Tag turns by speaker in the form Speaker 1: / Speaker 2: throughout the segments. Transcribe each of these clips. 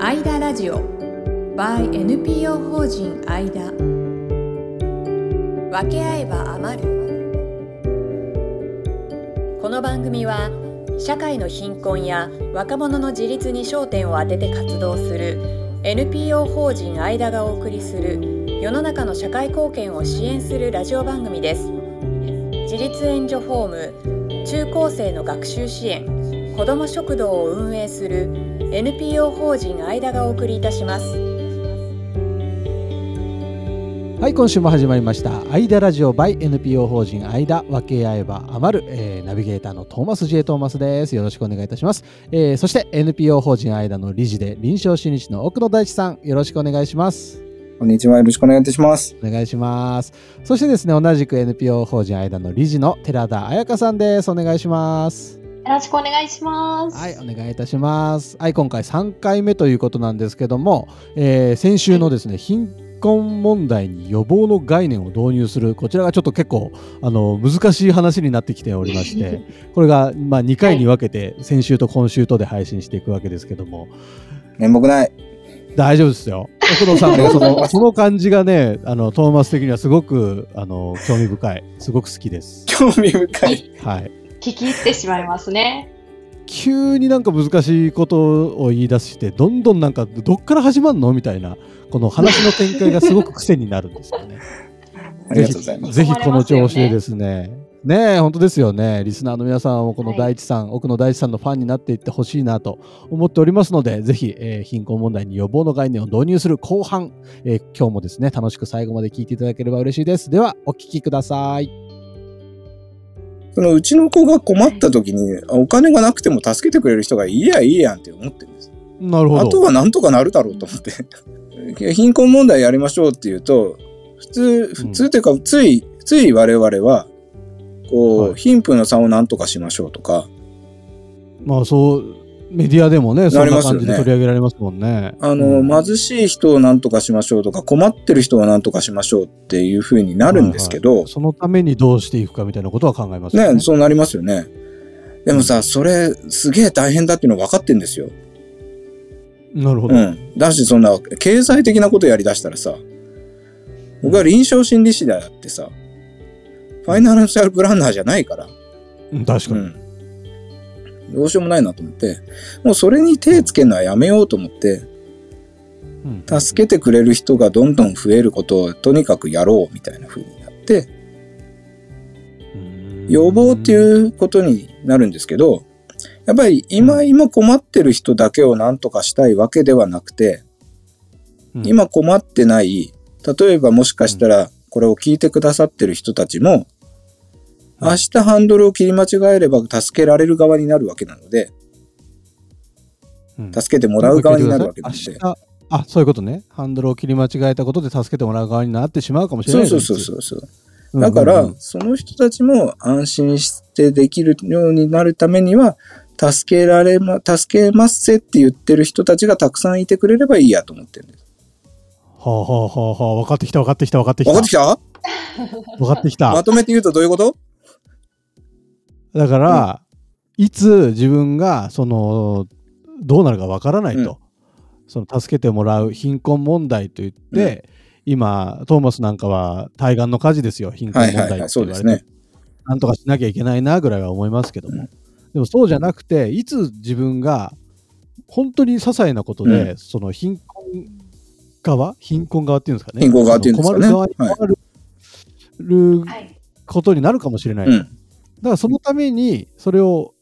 Speaker 1: アイダラジオ by NPO 法人アイダ分け合えば余るこの番組は社会の貧困や若者の自立に焦点を当てて活動する NPO 法人アイダがお送りする世の中の社会貢献を支援するラジオ番組です自立援助ホーム中高生の学習支援子ども食堂を運営する NPO 法人アイダがお送りいたします
Speaker 2: はい今週も始まりました「アイダラジオ by NPO 法人アイダ分け合えば余る」えーナビゲーターのトーマス J トーマスですよろしくお願いいたします、えーそして NPO 法人アイダの理事で臨床心理士の奥野大地さんよろしくお願いします
Speaker 3: こんにちは。よろしくお願いいたします。
Speaker 2: お願いしますそしてですね同じく NPO 法人アイダの理事の寺田彩香さんですお願いします
Speaker 4: よろしくお願いします。
Speaker 2: はい、お願いいたします。はい、今回3回目ということなんですけども、えー先週のですね、貧困問題に予防の概念を導入する、こちらがちょっと結構あの難しい話になってきておりまして、これが、まあ、2回に分けて、先週と今週とで配信していくわけですけども、
Speaker 3: 面目ない。
Speaker 2: 大丈夫ですよ。奥野さんのそのその感じがね、あのトーマス的にはすごくあの興味深い、すごく好きです。
Speaker 3: 興味深い。
Speaker 2: はい
Speaker 4: 聞き入ってしまいますね。
Speaker 2: 急になんか難しいことを言い出してどんどんなんかどっから始まるのみたいなこの話の展開がすごく癖になるんですよ ね。
Speaker 3: ありがとうございます。
Speaker 2: ぜひこの調子でですね。ねえ本当ですよね。リスナーの皆さんもこの大地さん、奥野大地さんのファンになっていってほしいなと思っておりますので、ぜひ、えー貧困問題に予防の概念を導入する後半、えー今日もですね、楽しく最後まで聞いていただければ嬉しいです。では、お聞きください。
Speaker 3: そのうちの子が困った時に、あお金がなくても助けてくれる人がいやいいやんって思ってるんです。
Speaker 2: なるほど。
Speaker 3: あとはなんとかなるだろうと思って。 貧困問題やりましょうっていうと、普通、普通というか、つい、つい我々は、こう、
Speaker 2: はい
Speaker 3: 貧富の差をなんとかしましょうとか、
Speaker 2: まあそう、メディアでもね、そ
Speaker 3: なんり
Speaker 2: な
Speaker 3: ますよ
Speaker 2: 感
Speaker 3: ね
Speaker 2: じで取り上げられますもんね。
Speaker 3: あの、
Speaker 2: うん
Speaker 3: 貧しい人をなんとかしましょうとか、困ってる人をなんとかしましょうっていうふうになるんですけど、
Speaker 2: そのためにどうしていくかみたいなことは考えますよね。
Speaker 3: ね、そうなりますよね。でもさ、それすげえ大変だっていうの分かってんですよ。
Speaker 2: なるほど。
Speaker 3: うん。だし、そんな経済的なことやりだしたらさ、僕は臨床心理士だってさ、ファイナンシャルプランナーじゃないから、
Speaker 2: うん確か
Speaker 3: う
Speaker 2: に。
Speaker 3: ん。どうしようもないなと思って、もうそれに手つけるのはやめようと思って、
Speaker 2: うん
Speaker 3: 助けてくれる人がどんどん増えることをとにかくやろうみたいな風になって、
Speaker 2: うん
Speaker 3: 予防っていうことになるんですけど、やっぱり今今困ってる人だけを何とかしたいわけではなくて、
Speaker 2: うん
Speaker 3: 今困ってない、例えばもしかしたらこれを聞いてくださってる人たちも、
Speaker 2: うん
Speaker 3: 明日ハンドルを切り間違えれば助けられる側になるわけなので、
Speaker 2: うん
Speaker 3: 助けてもらう側になるわけな
Speaker 2: 明日。
Speaker 3: ので
Speaker 2: あそういうことね。ハンドルを切り間違えたことで助けてもらう側になってしまうかもしれ
Speaker 3: そ
Speaker 2: な
Speaker 3: う
Speaker 2: い
Speaker 3: そうそう
Speaker 2: う
Speaker 3: そうそう。
Speaker 2: ん。
Speaker 3: だか
Speaker 2: う
Speaker 3: ら
Speaker 2: ん、
Speaker 3: その人たちも安心してできるようになるためには、助けられま、助けますせって言ってる人たちがたくさんいてくれればいいやと思ってるんです。
Speaker 2: はあ、はあはあはあ、分かってきた分かってきた分かってきた
Speaker 3: 分かってきた
Speaker 2: 分かってきた
Speaker 3: まとめて言うとどういうこと
Speaker 2: だから、いつ自分がそのどうなるかわからないと、その助けてもらう貧困問題といって、今トーマスなんかは対岸の火事ですよ貧困
Speaker 3: はい
Speaker 2: 問題っ
Speaker 3: は
Speaker 2: て
Speaker 3: いはい、そ
Speaker 2: 言
Speaker 3: う
Speaker 2: わ
Speaker 3: で
Speaker 2: れ
Speaker 3: す
Speaker 2: て、
Speaker 3: ね。
Speaker 2: なんとかしなきゃいけないなぐらいは思いますけども、
Speaker 3: うん
Speaker 2: でもそうじゃなくていつ自分が本当に些細なことで、
Speaker 3: う
Speaker 2: その貧困側貧困側っていうんですかね
Speaker 3: 貧困側っていうんですかね
Speaker 2: その困る側に困る
Speaker 4: はい。
Speaker 2: ことになるかもしれない、
Speaker 3: うん。
Speaker 2: だからそのためにそれを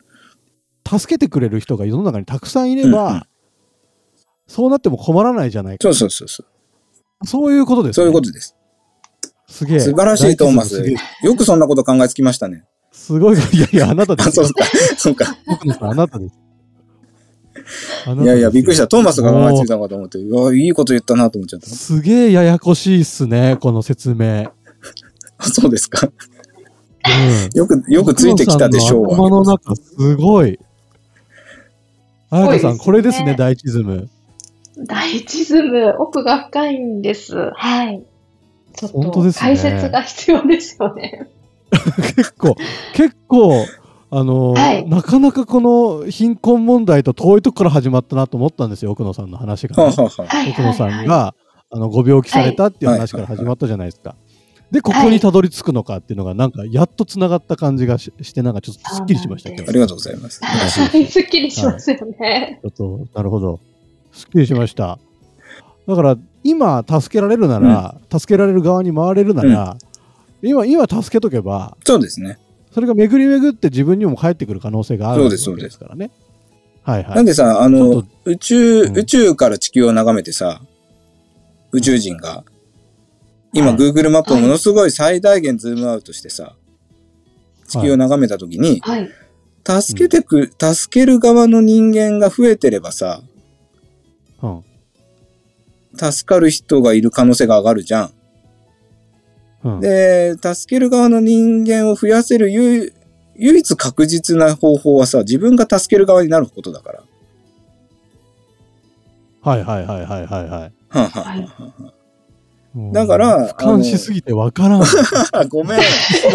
Speaker 2: 助けてくれる人が世の中にたくさんいれば、
Speaker 3: うんうん
Speaker 2: そうなっても困らないじゃないか
Speaker 3: そうそうそうそう。
Speaker 2: そういうことです、
Speaker 3: そういうことです。
Speaker 2: すげえ
Speaker 3: 素晴らしいトーマス
Speaker 2: 大地さんすげえ
Speaker 3: よくそんなこと考えつきましたね。
Speaker 2: すごいいやい やあなたで
Speaker 3: あ、
Speaker 2: す
Speaker 3: そ
Speaker 2: よ
Speaker 3: うか。そうか。
Speaker 2: 僕ですあなたですあなたです
Speaker 3: いやいや、びっくりした。トーマスが考えついたのかと思って、うわ、いいこと言ったなと思っちゃった。
Speaker 2: すげえややこしいっすねこの説明、
Speaker 3: あ、そうですか。
Speaker 2: うん
Speaker 3: よく、よくついてきたでしょう
Speaker 2: 奥野さんの頭
Speaker 3: は。
Speaker 2: の中すごいあやかさん、
Speaker 4: すごいですね
Speaker 2: これですね第一ズム
Speaker 4: 第一ズム、奥が深いんです。はい。ちょっ
Speaker 2: 本当で
Speaker 4: と
Speaker 2: すね
Speaker 4: 解説が必要ですよね。
Speaker 2: 結構結構あのー
Speaker 4: はい
Speaker 2: なかなかこの貧困問題と遠いとこから始まったなと思ったんですよ奥野さんの話がね、
Speaker 3: はあはあはあ
Speaker 4: はい
Speaker 2: 奥
Speaker 4: は
Speaker 2: 野
Speaker 4: い
Speaker 2: さん
Speaker 4: はい。
Speaker 2: があのご病気されたっていう話から始まったじゃないですか。でここにたどり着くのかっていうのがなんかやっとつながった感じがししてなんかちょっとすっきりしましたけ
Speaker 3: あ
Speaker 2: ど。
Speaker 3: りがとうございます。
Speaker 4: はいすっきりしますよね。
Speaker 2: ちょっとなるほどすっきりしました。だから今助けられるなら、助けられる側に回れるなら、今今助けとけば
Speaker 3: そうですね。
Speaker 2: それが巡り巡って自分にも返ってくる可能性がある
Speaker 3: そ
Speaker 2: わ
Speaker 3: う
Speaker 2: け
Speaker 3: で
Speaker 2: ですすからね。はいは
Speaker 3: なん
Speaker 2: い。
Speaker 3: でさ、あ
Speaker 2: ちょっ
Speaker 3: の
Speaker 2: と、
Speaker 3: 宇宙、
Speaker 2: うん
Speaker 3: 宇宙から地球を眺めてさ、宇宙人が、今、
Speaker 2: はい
Speaker 3: Google マップをものすごい最大限ズームアウトしてさ、地球を眺めたときに、
Speaker 4: はい。
Speaker 3: 助けてく、助ける側の人間が増えてればさ、
Speaker 2: うん
Speaker 3: 助かる人がいる可能性が上がるじゃん。
Speaker 2: うん、
Speaker 3: で、助ける側の人間を増やせる唯唯一確実な方法はさ、自分が助ける側になることだから。
Speaker 2: はいはいはいはいはいはい。
Speaker 3: はんはんはんはん
Speaker 2: うん
Speaker 3: だから
Speaker 2: 俯瞰しすぎてわからん。
Speaker 3: あごめん。もう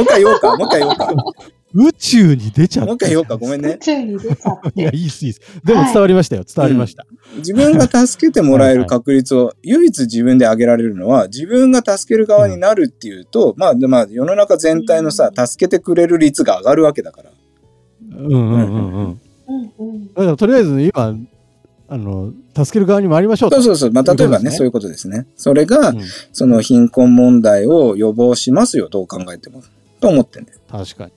Speaker 3: 一回言おうか。もう一回言おうか。も
Speaker 2: 宇宙に出ちゃった。
Speaker 3: う一回言おうか。ごめんね
Speaker 4: 宇。宙に出ちゃっ
Speaker 2: いや、
Speaker 4: て。
Speaker 2: いいっす、いいっす。でも伝わりましたよ。伝わりました。
Speaker 3: 自分が助けてもらえる確率を唯一自分で上げられるのは、自分が助ける側になるっていうと、まあ、でまあ、世の中全体のさ、助けてくれる率が上がるわけだから。
Speaker 2: うんうんうんうん。
Speaker 4: うんうん。
Speaker 2: だからとりあえず今、あの、助ける側に回りましょう
Speaker 3: そ
Speaker 2: と。
Speaker 3: うそうそう。まあ、例えばね、
Speaker 2: そ
Speaker 3: そうういうことですね。それが、
Speaker 2: うん
Speaker 3: その貧困問題を予防しますよ、どう考えても。と思ってんだよ。
Speaker 2: 確かに。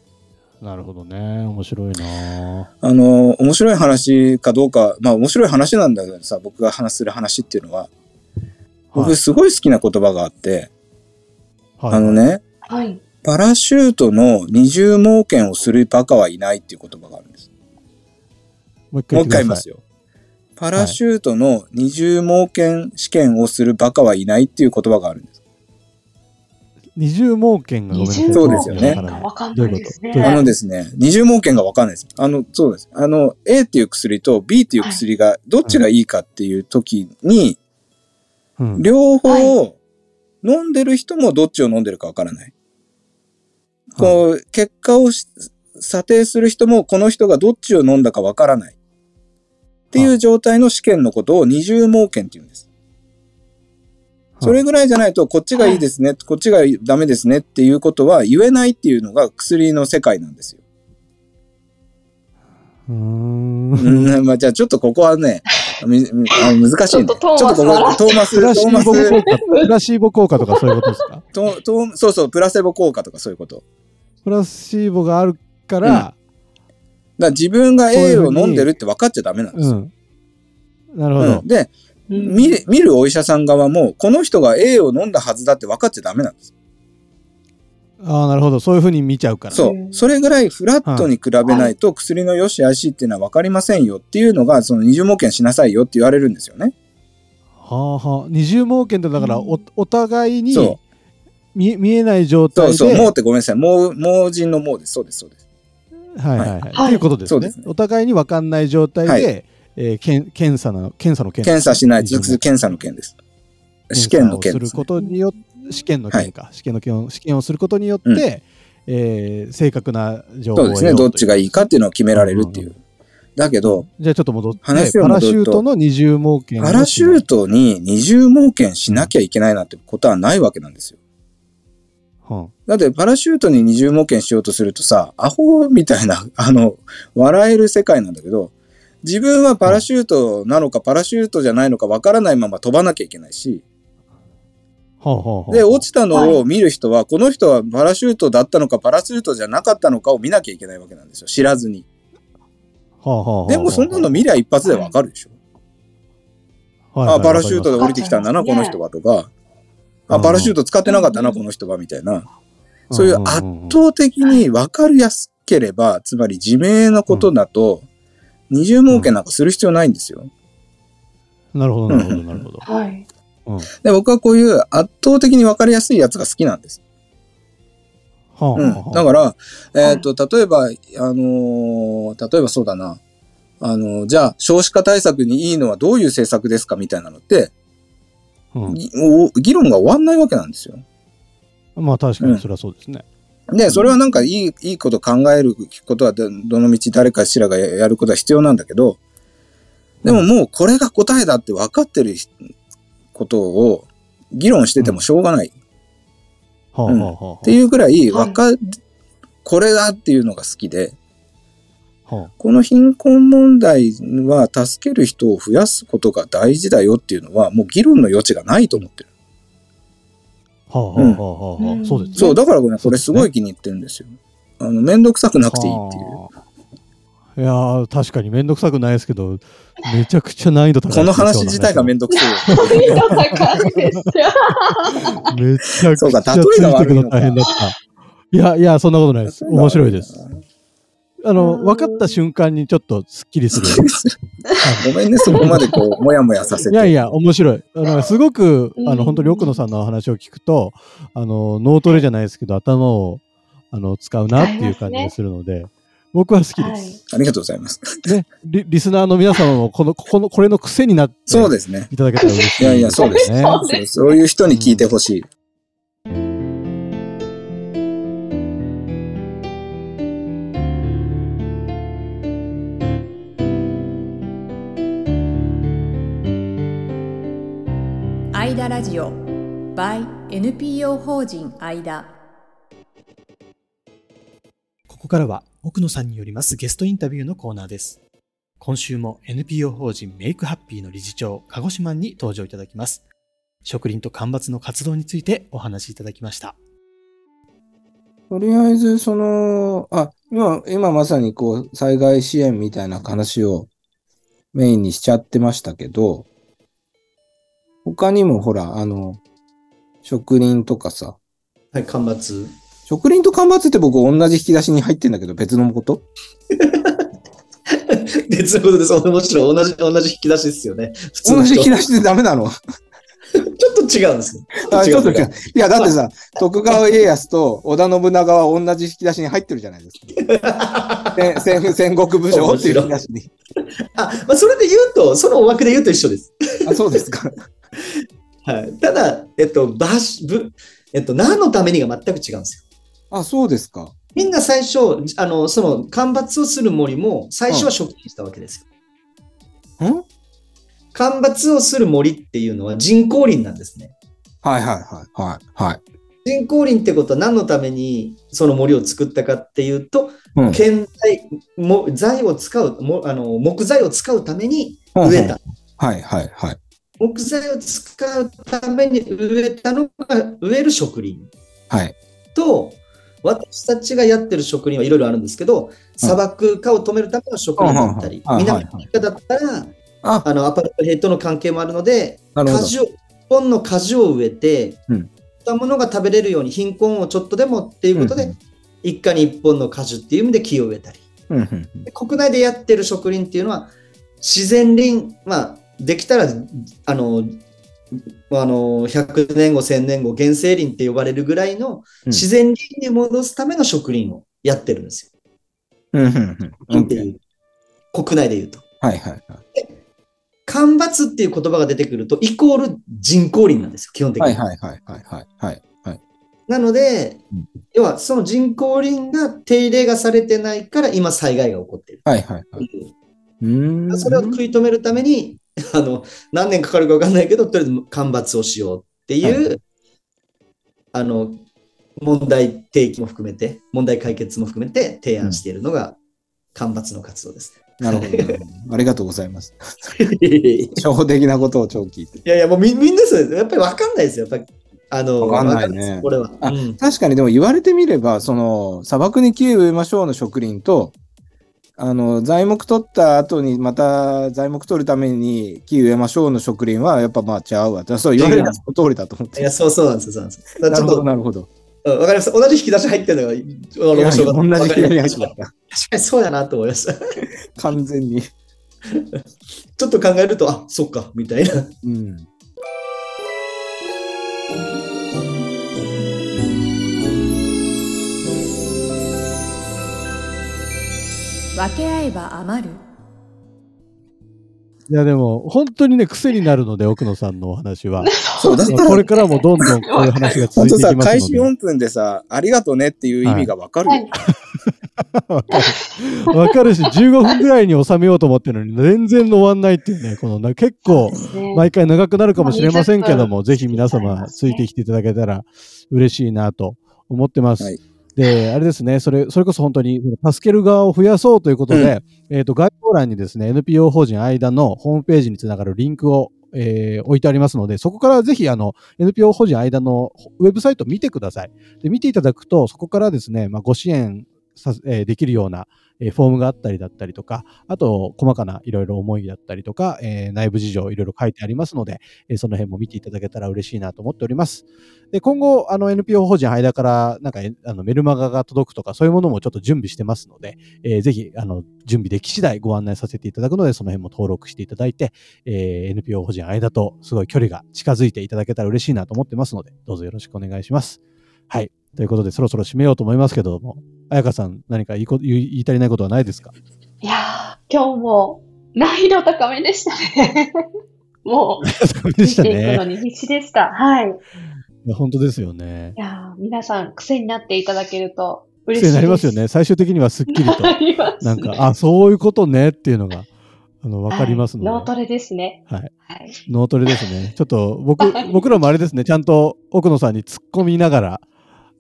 Speaker 2: なるほどね。面白いな
Speaker 3: あの、面白い話かどうか、まあ、面白い話なんだけどさ、僕が話する話っていうのは、
Speaker 2: は
Speaker 3: 僕
Speaker 2: い
Speaker 3: すごい好きな言葉があって、
Speaker 2: はい
Speaker 3: あのね、
Speaker 4: はい。
Speaker 3: パラシュートの二重盲検をするバカはいないっていう言葉があるんです。
Speaker 2: もう一回言っ
Speaker 3: もう一
Speaker 2: てく
Speaker 3: 回言い
Speaker 2: だ
Speaker 3: ま
Speaker 2: さ
Speaker 3: すよ。パラシュートの二重盲検試験をするバカはいないっていう言葉があるんです。
Speaker 2: い。二重盲検がごめん
Speaker 4: 二
Speaker 2: なさい
Speaker 3: そう
Speaker 4: 重
Speaker 3: ですよね
Speaker 2: わ
Speaker 4: な
Speaker 2: からな
Speaker 4: んか
Speaker 2: い
Speaker 4: わかん
Speaker 2: どう
Speaker 4: ないいう
Speaker 2: こ
Speaker 4: ですね。
Speaker 2: と
Speaker 3: あのですね、二重盲検がわかんないです。あの、そうです。あの、A っていう薬と B っていう薬がどっちがいいかっていう時に、
Speaker 2: うん
Speaker 3: 両方飲んでる人もどっちを飲んでるかわからない。こう、結果をし査定する人もこの人がどっちを飲んだかわからない。っていう状態の試験のことを二重盲検って言うんです。それぐらいじゃないと、こっちがいいですね、こっちがダメですねっていうことは言えないっていうのが薬の世界なんで すよ。
Speaker 2: うーん。
Speaker 3: うん、まあじゃあちょっとここはね、みみあの難しいね。
Speaker 4: ちょっとトー
Speaker 3: ちょ
Speaker 4: マス
Speaker 3: っとここ、トーマス、
Speaker 2: プ
Speaker 3: ト
Speaker 2: ラシ
Speaker 3: ー
Speaker 2: ーボ
Speaker 3: マス、
Speaker 2: 効果、プラシーボ効果とかそういうことですか
Speaker 3: トートーそうそう、プラセボ効果とかそういうこと。だか
Speaker 2: プラシーボがあるから、
Speaker 3: ら自分が
Speaker 2: そういう
Speaker 3: A
Speaker 2: ふう
Speaker 3: を
Speaker 2: に
Speaker 3: 飲んでるって分かっちゃダメなんで
Speaker 2: う
Speaker 3: すよ。
Speaker 2: ん。なるほど
Speaker 3: うん。で
Speaker 4: うん
Speaker 3: 見る、見るお医者さん側も、この人が A を飲んだはずだって分かっちゃダメなんです。
Speaker 2: ああ、なるほど。そういうふうに見ちゃうから。
Speaker 3: そうう。
Speaker 4: ん
Speaker 3: それぐらいフラットに比べないと薬の良し悪しっていうのは分かりませんよっていうのが、その二重盲検しなさいよって言われるんですよね。
Speaker 2: はあはあ。二重盲検ってだからお、お互いに
Speaker 3: そ
Speaker 2: 見見えない状
Speaker 3: そ
Speaker 2: 態
Speaker 3: う
Speaker 2: で。
Speaker 3: そう、盲ってごめんなさい。盲、盲人の盲です。そうです、そうです。
Speaker 2: はいはいはい。と、
Speaker 4: はい
Speaker 2: い、うことです
Speaker 3: そう
Speaker 2: ね
Speaker 3: ですね
Speaker 2: お互いに分かんない状態で、
Speaker 3: はい
Speaker 2: えーけん検査の、検査の件
Speaker 3: 検査しない、直接検査の件です。試験の件
Speaker 2: す
Speaker 3: で
Speaker 2: る
Speaker 3: す、
Speaker 2: ことによ試験の件か、試験の件を試験をすることによって、
Speaker 3: うん
Speaker 2: えー正確な情報
Speaker 3: そ
Speaker 2: を
Speaker 3: うですね。
Speaker 2: 得よ
Speaker 3: ど
Speaker 2: う
Speaker 3: っ
Speaker 2: とい
Speaker 3: ち
Speaker 2: う
Speaker 3: がいいかっていうのを決められるっていうう。だけど、
Speaker 2: じゃあちょっと戻って、
Speaker 3: 話を
Speaker 2: パ
Speaker 3: 戻
Speaker 2: ラ
Speaker 3: ると
Speaker 2: シュートの二重盲検を
Speaker 3: パラシュートに二重盲検しなきゃいけないなんてことはないわけなんですよ。
Speaker 2: うん
Speaker 3: だってパラシュートに二重盲検しようとするとさ、アホみたいな、 あの、笑える世界なんだけど、自分はパラシュートなのかパラシュートじゃないのかわからないまま飛ばなきゃいけないし、
Speaker 2: ほうほうほう
Speaker 3: で、落ちたのを見る人は、この人はパラシュートだったのかパラシュートじゃなかったのかを見なきゃいけないわけなんですよ。知らずに。
Speaker 2: ほうほうほうほう
Speaker 3: でもそんなの見りゃ一発でわかるでしょ。
Speaker 2: はいはい
Speaker 3: あ、パラシュート
Speaker 2: わか
Speaker 3: で降りてきたんだな、
Speaker 4: わ
Speaker 3: こ
Speaker 4: かり
Speaker 3: の
Speaker 4: ます
Speaker 3: 人はとか、
Speaker 2: う
Speaker 3: あ、
Speaker 2: ん
Speaker 3: パラシュート使ってなかったな、
Speaker 4: うん
Speaker 3: この人はみたいな、
Speaker 2: ります
Speaker 3: そういうん
Speaker 2: ん
Speaker 3: 圧
Speaker 2: ん
Speaker 3: 倒的にわかりやすければ、つまり自明のことだと、二重儲けなんかする必要ないんですよ。
Speaker 2: なるほど、なるほど、なるほど。
Speaker 4: はい。
Speaker 2: うん
Speaker 3: で、僕はこういう圧倒的にわかりやすいやつが好きなんです。
Speaker 2: はあ
Speaker 3: う
Speaker 2: はあ
Speaker 3: ん。だ
Speaker 2: は
Speaker 3: から、えっと、例えば、あのー、例えばそうだな。あのー、じゃあ、少子化対策にいいのはどういう政策ですかみたいなのって、
Speaker 2: あうん
Speaker 3: ぎお議論が終わんないわけなんですよ。
Speaker 2: まあ確かにそれはそうですね。
Speaker 3: で、それはなんかいい、いいこと考えることはど、どの道誰かしらがややることは必要なんだけど、でももうこれが答えだって分かってることを議論しててもしょうがないっ
Speaker 2: はあはあは
Speaker 3: ていうくらい、
Speaker 4: はい
Speaker 3: わか、これだっていうのが好きで、
Speaker 2: あは
Speaker 3: この貧困問題は助ける人を増やすことが大事だよっていうのは、もう議論の余地がないと思ってる。
Speaker 2: あはあはあはあはあ
Speaker 4: うん
Speaker 2: そうですね
Speaker 3: そう、だからこれ、これすごい気に入ってるんですよ。あの、めんどくさくなくていいっていう。
Speaker 2: いやー確かに面倒くさくないですけどめちゃくちゃ難易度高い
Speaker 3: この話自体がめんどくさい。
Speaker 4: いい戦いですよ。
Speaker 2: めちゃくち
Speaker 3: そう
Speaker 2: ゃ
Speaker 3: か
Speaker 2: つ
Speaker 3: 例えが
Speaker 2: いて
Speaker 3: 悪
Speaker 2: く
Speaker 3: い
Speaker 2: の
Speaker 3: のか
Speaker 2: 大変だった。いやいや、そんなことないです。面白いです。。あの、
Speaker 4: うん
Speaker 2: 分かった瞬間にちょっとすっきりす る。
Speaker 3: ごめんね、そこまでこう、もやもやさせ
Speaker 2: いや
Speaker 3: て。
Speaker 2: いや、面白い。あのすごく、あ
Speaker 4: うん
Speaker 2: の、本当に奥野さんのお話を聞くと、あの、脳トレじゃないですけど、頭を、あの、使うなっていう感じがするので、僕は好きです。
Speaker 3: ありがとうございます。
Speaker 2: ねリ、リスナーの皆様も、この、ここの、これの癖になって
Speaker 3: そうですね。
Speaker 2: いただけたら嬉しい、
Speaker 3: いやいやそうです
Speaker 2: ね。
Speaker 4: そう
Speaker 3: そうそういう人に聞いてほしい。
Speaker 1: アイダラジオ by NPO 法人アイダ
Speaker 5: ここからは奥野さんによりますゲストインタビューのコーナーです。今週も NPO 法人メイクハッピーの理事長、鹿児島に登場いただきます。植林と干ばつの活動についてお話しいただきました。
Speaker 3: とりあえず、その、あ、今、今まさにこう、災害支援みたいな話をメインにしちゃってましたけど、他にもほら、あの、植林とかさ、
Speaker 6: はい、干ばつ。
Speaker 3: 植林と干ばつって僕同じ引き出しに入ってんだけど、別のこと
Speaker 6: 別の ことです。もちろん同じ、同じ引き出しですよね。普通
Speaker 3: 同
Speaker 6: の
Speaker 3: じ
Speaker 6: 人
Speaker 3: 引き出しでダメなの
Speaker 6: ちょっと違うんですね。
Speaker 3: あ
Speaker 6: 違
Speaker 3: ち
Speaker 6: う
Speaker 3: ょっと違う。いや、だってさ、徳川家康と織田信長は同じ引き出しに入ってるじゃないです か。戦戦戦国武将っていう引き出しに。
Speaker 6: あ、まあ、それで言うと、その枠で言うと一緒です。
Speaker 3: あそうですか。
Speaker 6: はい。ただ、えっと、場所、ぶ、えっと、何のためにが全く違うんですよ。
Speaker 3: あ、そうですか。
Speaker 6: みんな最初、あの、その、干ばつをする森も、最初は植林したわけですよ。
Speaker 3: うん
Speaker 6: 干ばつをする森っていうのは人工林なんですね。
Speaker 3: はいはいはいはい。はい
Speaker 6: 人工林ってことは何のためにその森を作ったかっていうと、
Speaker 3: うん
Speaker 6: 建材も材を使うもあの木材を使うために
Speaker 3: うんうん
Speaker 6: 植えた、
Speaker 3: はいはいはい。
Speaker 6: 木材を使うために植えたのが植える植林
Speaker 3: はい。
Speaker 6: と私たちがやってる植林はいろいろあるんですけど砂漠化を止めるための植林だったり、
Speaker 3: うんうんうんうん
Speaker 6: 南アフリカだったら、
Speaker 3: あ
Speaker 6: あのアパルトヘイトの関係もあるので
Speaker 3: なるほ
Speaker 6: 果
Speaker 3: ど。
Speaker 6: 樹を1本の果樹を植えて、
Speaker 3: うん
Speaker 6: たものが食べれるように貧困をちょっとでもっていうことで、
Speaker 3: うんうん
Speaker 6: 一家に一本の果樹っていう意味で木を植えたり
Speaker 3: うんうん
Speaker 6: で国内でやってる植林っていうのは自然林、まあ、できたらあのあの100年後1000年後原生林って呼ばれるぐらいの
Speaker 3: うん
Speaker 6: 自然林に戻すための植林をやってるんですよ。
Speaker 3: うんうんうん。
Speaker 6: っていう国内で言うと。
Speaker 3: はいはいはい。
Speaker 6: 干ばつっていう言葉が出てくるとイコール人工林なんですよ基本的に。
Speaker 3: はいはいはいはいはいはい。はい
Speaker 6: なので、
Speaker 3: うん
Speaker 6: 要はその人工林が手入れがされてないから今災害が起こっている。
Speaker 3: はいはいはい。うーん。
Speaker 6: それを食い止めるために、 あの何年かかるか分かんないけど、とりあえず干ばつをしようっていう、あの問題提起も含めて、問題解決も含めて提案しているのが干ばつの活動です。
Speaker 3: なるほどなるほど。 ありがとうございます。
Speaker 6: い
Speaker 3: 初歩的なことを超聞いて。
Speaker 6: やいや、もうみみんなそうです。やっぱり分かんないですよ。やっぱりあの
Speaker 3: わかんないね
Speaker 6: わですこれは。
Speaker 3: あ
Speaker 6: うん
Speaker 3: 確かにでも言われてみれば、その砂漠に木植えましょうの植林と、あの材木取った後にまた材木取るために木植えましょうの植林はやっぱまあ違うわ。そう言われたその通りだと思っ
Speaker 6: い
Speaker 3: て。
Speaker 6: や、そうそうなんですよ。そうなんですよだ
Speaker 3: な
Speaker 6: からち
Speaker 3: る
Speaker 6: ょっ
Speaker 3: ほ
Speaker 6: と
Speaker 3: ど、なるほど。
Speaker 6: うんわかります。同じ引き出し入ってるのが、あの
Speaker 3: いや
Speaker 6: 面白かった。
Speaker 3: 同じ左に入ってま
Speaker 6: 確
Speaker 3: した。
Speaker 6: かにそうやなと思いました。
Speaker 3: 完全に。
Speaker 6: ちょっと考えると、あそっか、みたいな。
Speaker 3: うん。
Speaker 1: ー分け合えば余る
Speaker 2: いやでも本当にね癖になるので奥野さんのお話は
Speaker 3: そうだ
Speaker 2: まあこれからもどんどんこういう話が続
Speaker 3: ほん
Speaker 2: いていきます
Speaker 3: とさ、
Speaker 2: ので
Speaker 3: 開始4分でさ、ありがとうねっていう意味がわかるよ。
Speaker 4: はい
Speaker 2: わかるし、15分ぐらいに収めようと思ってるのに、全然終わんないっていうね、このな結構、毎回長くなるかもしれませんけども、ぜひ皆様、ついてきていただけたら嬉しいなと思ってます。
Speaker 3: はい
Speaker 2: で、あれですね、それ、それこそ本当に、助ける側を増やそうということで、えっ、と、概要欄にですね、NPO 法人間のホームページにつながるリンクを、えー置いてありますので、そこからぜひ、あの、NPO 法人間のウェブサイトを見てください。で、見ていただくと、そこからですね、まあ、ご支援させ、えーできるような、えーフォームがあったりだったりとか、あと、細かないろいろ思いだったりとか、えー内部事情いろいろ書いてありますので、えーその辺も見ていただけたら嬉しいなと思っております。で、今後、あの、NPO 法人間から、なんか、えあのメルマガが届くとか、そういうものもちょっと準備してますので、えーぜひ、あの、準備でき次第ご案内させていただくので、その辺も登録していただいて、えー NPO 法人間とすごい距離が近づいていただけたら嬉しいなと思ってますので、どうぞよろしくお願いします。はい。ということで、そろそろ締めようと思いますけども、彩香さん、何か言いこ言い言い足りないことはないですか
Speaker 4: いやー、今日も難易度高めでしたね。もう、
Speaker 2: で
Speaker 4: 見
Speaker 2: した
Speaker 4: て いくの
Speaker 2: ね。
Speaker 4: に必死でした。はい。い
Speaker 2: いや本当ですよね。
Speaker 4: やー、皆さん癖になっていただけると嬉し
Speaker 2: 癖
Speaker 4: いです。
Speaker 2: になりますよね。最終的にはすっきりと、
Speaker 4: なります
Speaker 2: なんか、あ、そういうことねっていうのが、あの、わかりますので。
Speaker 4: はい脳トレですね。
Speaker 2: はい。
Speaker 4: はい。
Speaker 2: 脳トレですね。ちょっと、僕、僕らもあれですね、ちゃんと奥野さんに突っ込みながら、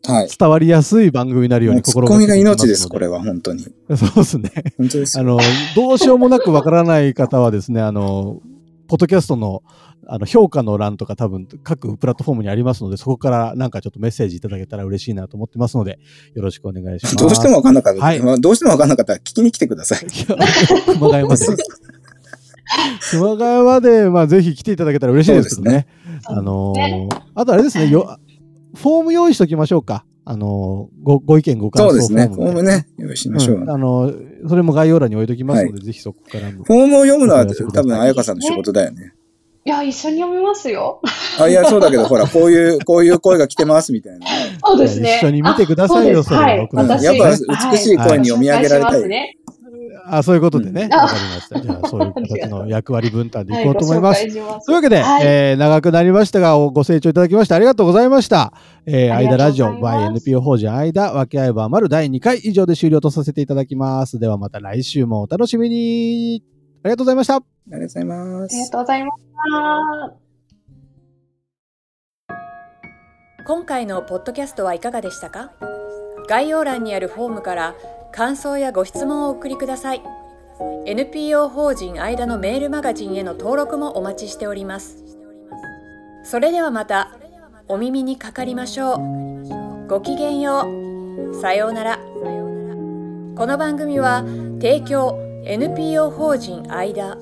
Speaker 3: はい。
Speaker 2: 伝わりやすい番組になるよう
Speaker 3: もう
Speaker 2: に
Speaker 3: ツ
Speaker 2: 心
Speaker 3: ッ
Speaker 2: が
Speaker 3: コ
Speaker 2: けて
Speaker 3: ミ
Speaker 2: いきま
Speaker 3: が
Speaker 2: すの
Speaker 3: 命です、これは、本当に。
Speaker 2: そうですね。
Speaker 3: 本当です
Speaker 2: あ
Speaker 3: よ。
Speaker 2: の、どうしようもなくわからない方はですね、あの、ポッドキャストのあの評価の欄とか多分各プラットフォームにありますので、そこからなんかちょっとメッセージいただけたら嬉しいなと思ってますので、よろしくお願いします。
Speaker 3: どうしてもわかんなかった、
Speaker 2: はい
Speaker 3: まあどうしてもわかんなかったら聞きに来てください。
Speaker 2: いや熊谷まで。熊谷まで、まあ、ぜひ来ていただけたら嬉しいですけどね。あのーあとあれですね、よ、フォーム用意しときましょうか。あのーご、ご意見、ご感
Speaker 3: そ
Speaker 2: 想
Speaker 3: うですね。フ
Speaker 2: フォ
Speaker 3: ォ
Speaker 2: ー
Speaker 3: ー
Speaker 2: ム
Speaker 3: ム
Speaker 2: みたいな
Speaker 3: ね、用意しましょう。
Speaker 2: うんあのーそれも概要欄に置いときますので、ぜひそこからも
Speaker 3: フォームを読むのは
Speaker 2: お願いしてくださ
Speaker 3: 多
Speaker 2: い
Speaker 3: 分、彩香さんの仕事だよね。
Speaker 4: いや、一緒に読みますよ。
Speaker 3: あ、いや、そうだけど、ほら、こう いう、こういう声が来てますみたいな。
Speaker 4: そうですね。
Speaker 2: 一緒に見てくださいよ
Speaker 4: あ
Speaker 2: それ
Speaker 4: うです
Speaker 2: 僕
Speaker 4: は
Speaker 2: ら
Speaker 4: い。私
Speaker 3: やっぱ
Speaker 4: は
Speaker 3: 美しい声に読み上げられたい
Speaker 4: はいご紹介しますね
Speaker 2: あ、そういうことでね。わ
Speaker 3: う、ん
Speaker 2: かりました。じゃあ、そういう形の役割分担でいこうと思います。
Speaker 4: はご紹介します
Speaker 2: というわけで、
Speaker 4: はい
Speaker 2: えー長くなりましたが、おご清聴いただきましてありがとうございました。えー、
Speaker 4: あ
Speaker 2: 間
Speaker 4: りがとうございます
Speaker 2: ラジオ by NPO 法人間、わけあいばまる第2回以上で終了とさせていただきます。ではまた来週もお楽しみに。ありがとうございました。
Speaker 3: ありがとうございま
Speaker 4: あり
Speaker 3: す
Speaker 4: が。とうございました。
Speaker 1: 今回のポッドキャストはいかがでしたか概要欄にあるフォームから感想やご質問をお送りください NPO 法人間のメールマガジンへの登録もお待ちしておりますそれではまたお耳にかかりましょうごきげんようさようならこの番組は提供 NPO 法人間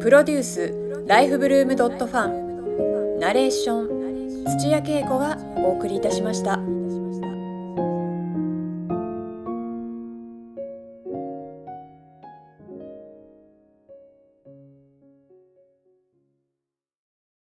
Speaker 1: プロデュースライフブルームドットファンナレーション土屋恵子がお送りいたしました。